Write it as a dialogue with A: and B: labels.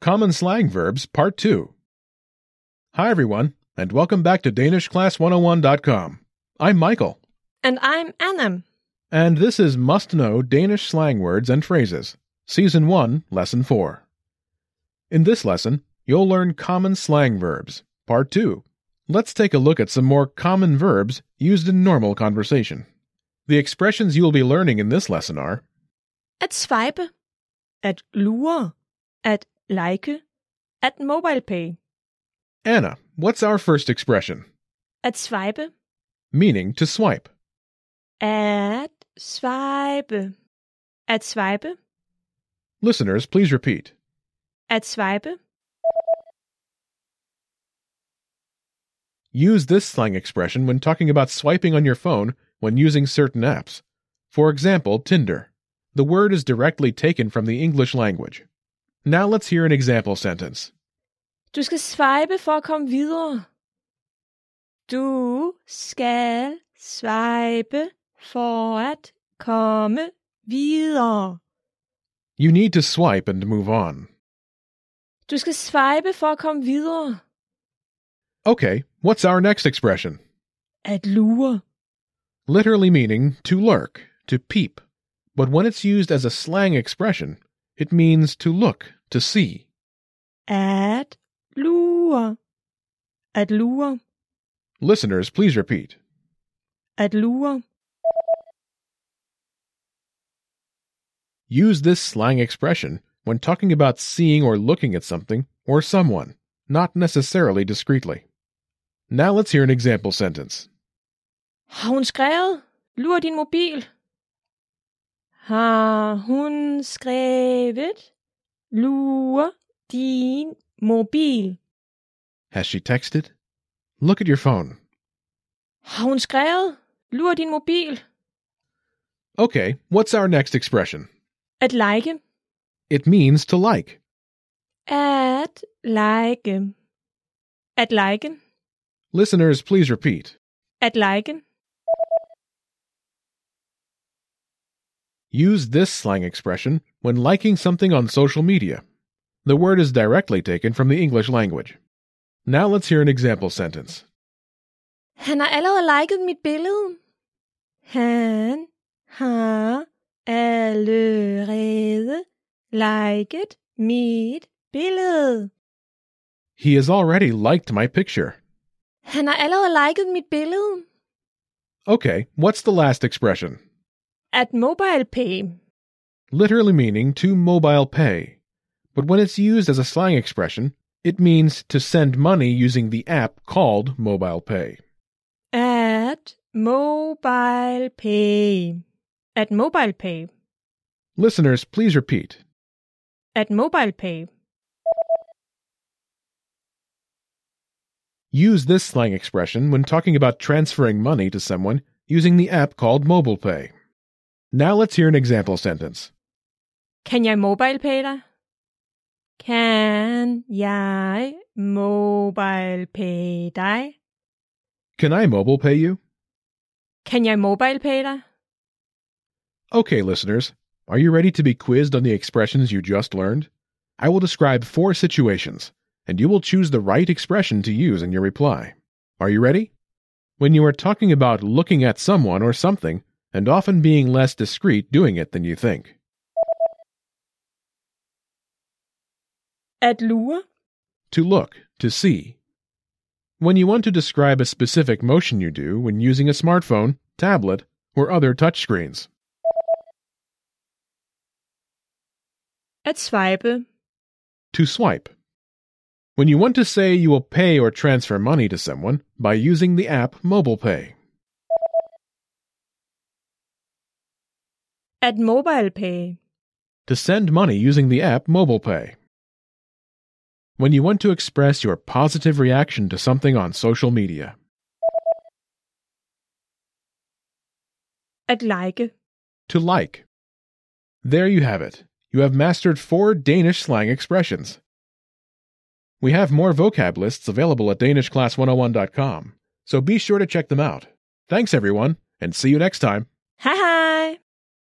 A: Common Slang Verbs, Part 2. Hi, everyone, and welcome back to DanishClass101.com. I'm Michael,
B: And I'm Annam.
A: and this is Must Know Danish Slang Words and Phrases, Season 1, Lesson 4. In this lesson, you'll learn Common Slang Verbs, Part 2. Let's take a look at some more common verbs used in normal conversation. The expressions you'll be learning in this lesson are
B: At swipe. At lure. At like. At mobile pay.
A: Anna, what's our first expression?
B: At swipe.
A: Meaning to swipe.
B: At swipe. At swipe.
A: Listeners, please repeat.
B: At swipe.
A: Use this slang expression when talking about swiping on your phone when using certain apps. For example, Tinder. The word is directly taken from the English language. Now let's hear an example sentence.
B: Du skal swipe for at komme videre. Du skal swipe for at komme videre.
A: You need to swipe and move on.
B: Du skal swipe for at komme videre.
A: Okay, what's our next expression?
B: At lure.
A: Literally meaning to lurk, to peep. But when it's used as a slang expression, it means to look, to see.
B: At lure. At lure.
A: Listeners, please repeat.
B: At lure.
A: Use this slang expression when talking about seeing or looking at something or someone, not necessarily discreetly. Now let's hear an example sentence.
B: Har hun skrevet? Lur din mobil. Har hun skrevet? Lur din mobil.
A: Has she texted? Look at your phone.
B: Har hun skrevet? Lur din mobil.
A: Okay, what's our next expression?
B: At like.
A: It means to like.
B: At like. At like.
A: Listeners, please repeat.
B: At like.
A: Use this slang expression when liking something on social media. The word is directly taken from the English language. Now let's hear an example sentence.
B: Han har allerede liket mit billede. Han har allerede liket mit billede.
A: He has already liked my picture.
B: Han har allerede liket mit billede.
A: Okay, what's the last expression?
B: At mobile pay.
A: Literally meaning to mobile pay. But when it's used as a slang expression, it means to send money using the app called Mobile Pay.
B: At mobile pay. At mobile pay.
A: Listeners, please repeat.
B: At mobile pay.
A: Use this slang expression when talking about transferring money to someone using the app called Mobile Pay. Now let's hear an example sentence.
B: Kan jeg mobile pay dig? Kan jeg mobile pay dig?
A: Can I mobile pay you?
B: Kan jeg mobile pay dig?
A: Okay, listeners, are you ready to be quizzed on the expressions you just learned? I will describe four situations, and you will choose the right expression to use in your reply. Are you ready? When you are talking about looking at someone or something, and often being less discreet doing it than you think.
B: At lure.
A: To look, to see. When you want to describe a specific motion you do when using a smartphone, tablet, or other touchscreens.
B: At swipe.
A: to swipe. When you want to say you will pay or transfer money to someone by using the app Mobile Pay.
B: At mobile pay.
A: To send money using the app Mobile Pay. When you want to express your positive reaction to something on social media.
B: At like.
A: To like. There you have it. You have mastered four Danish slang expressions. We have more vocab lists available at danishclass101.com, so be sure to check them out. Thanks, everyone, and see you next time.
B: Haha!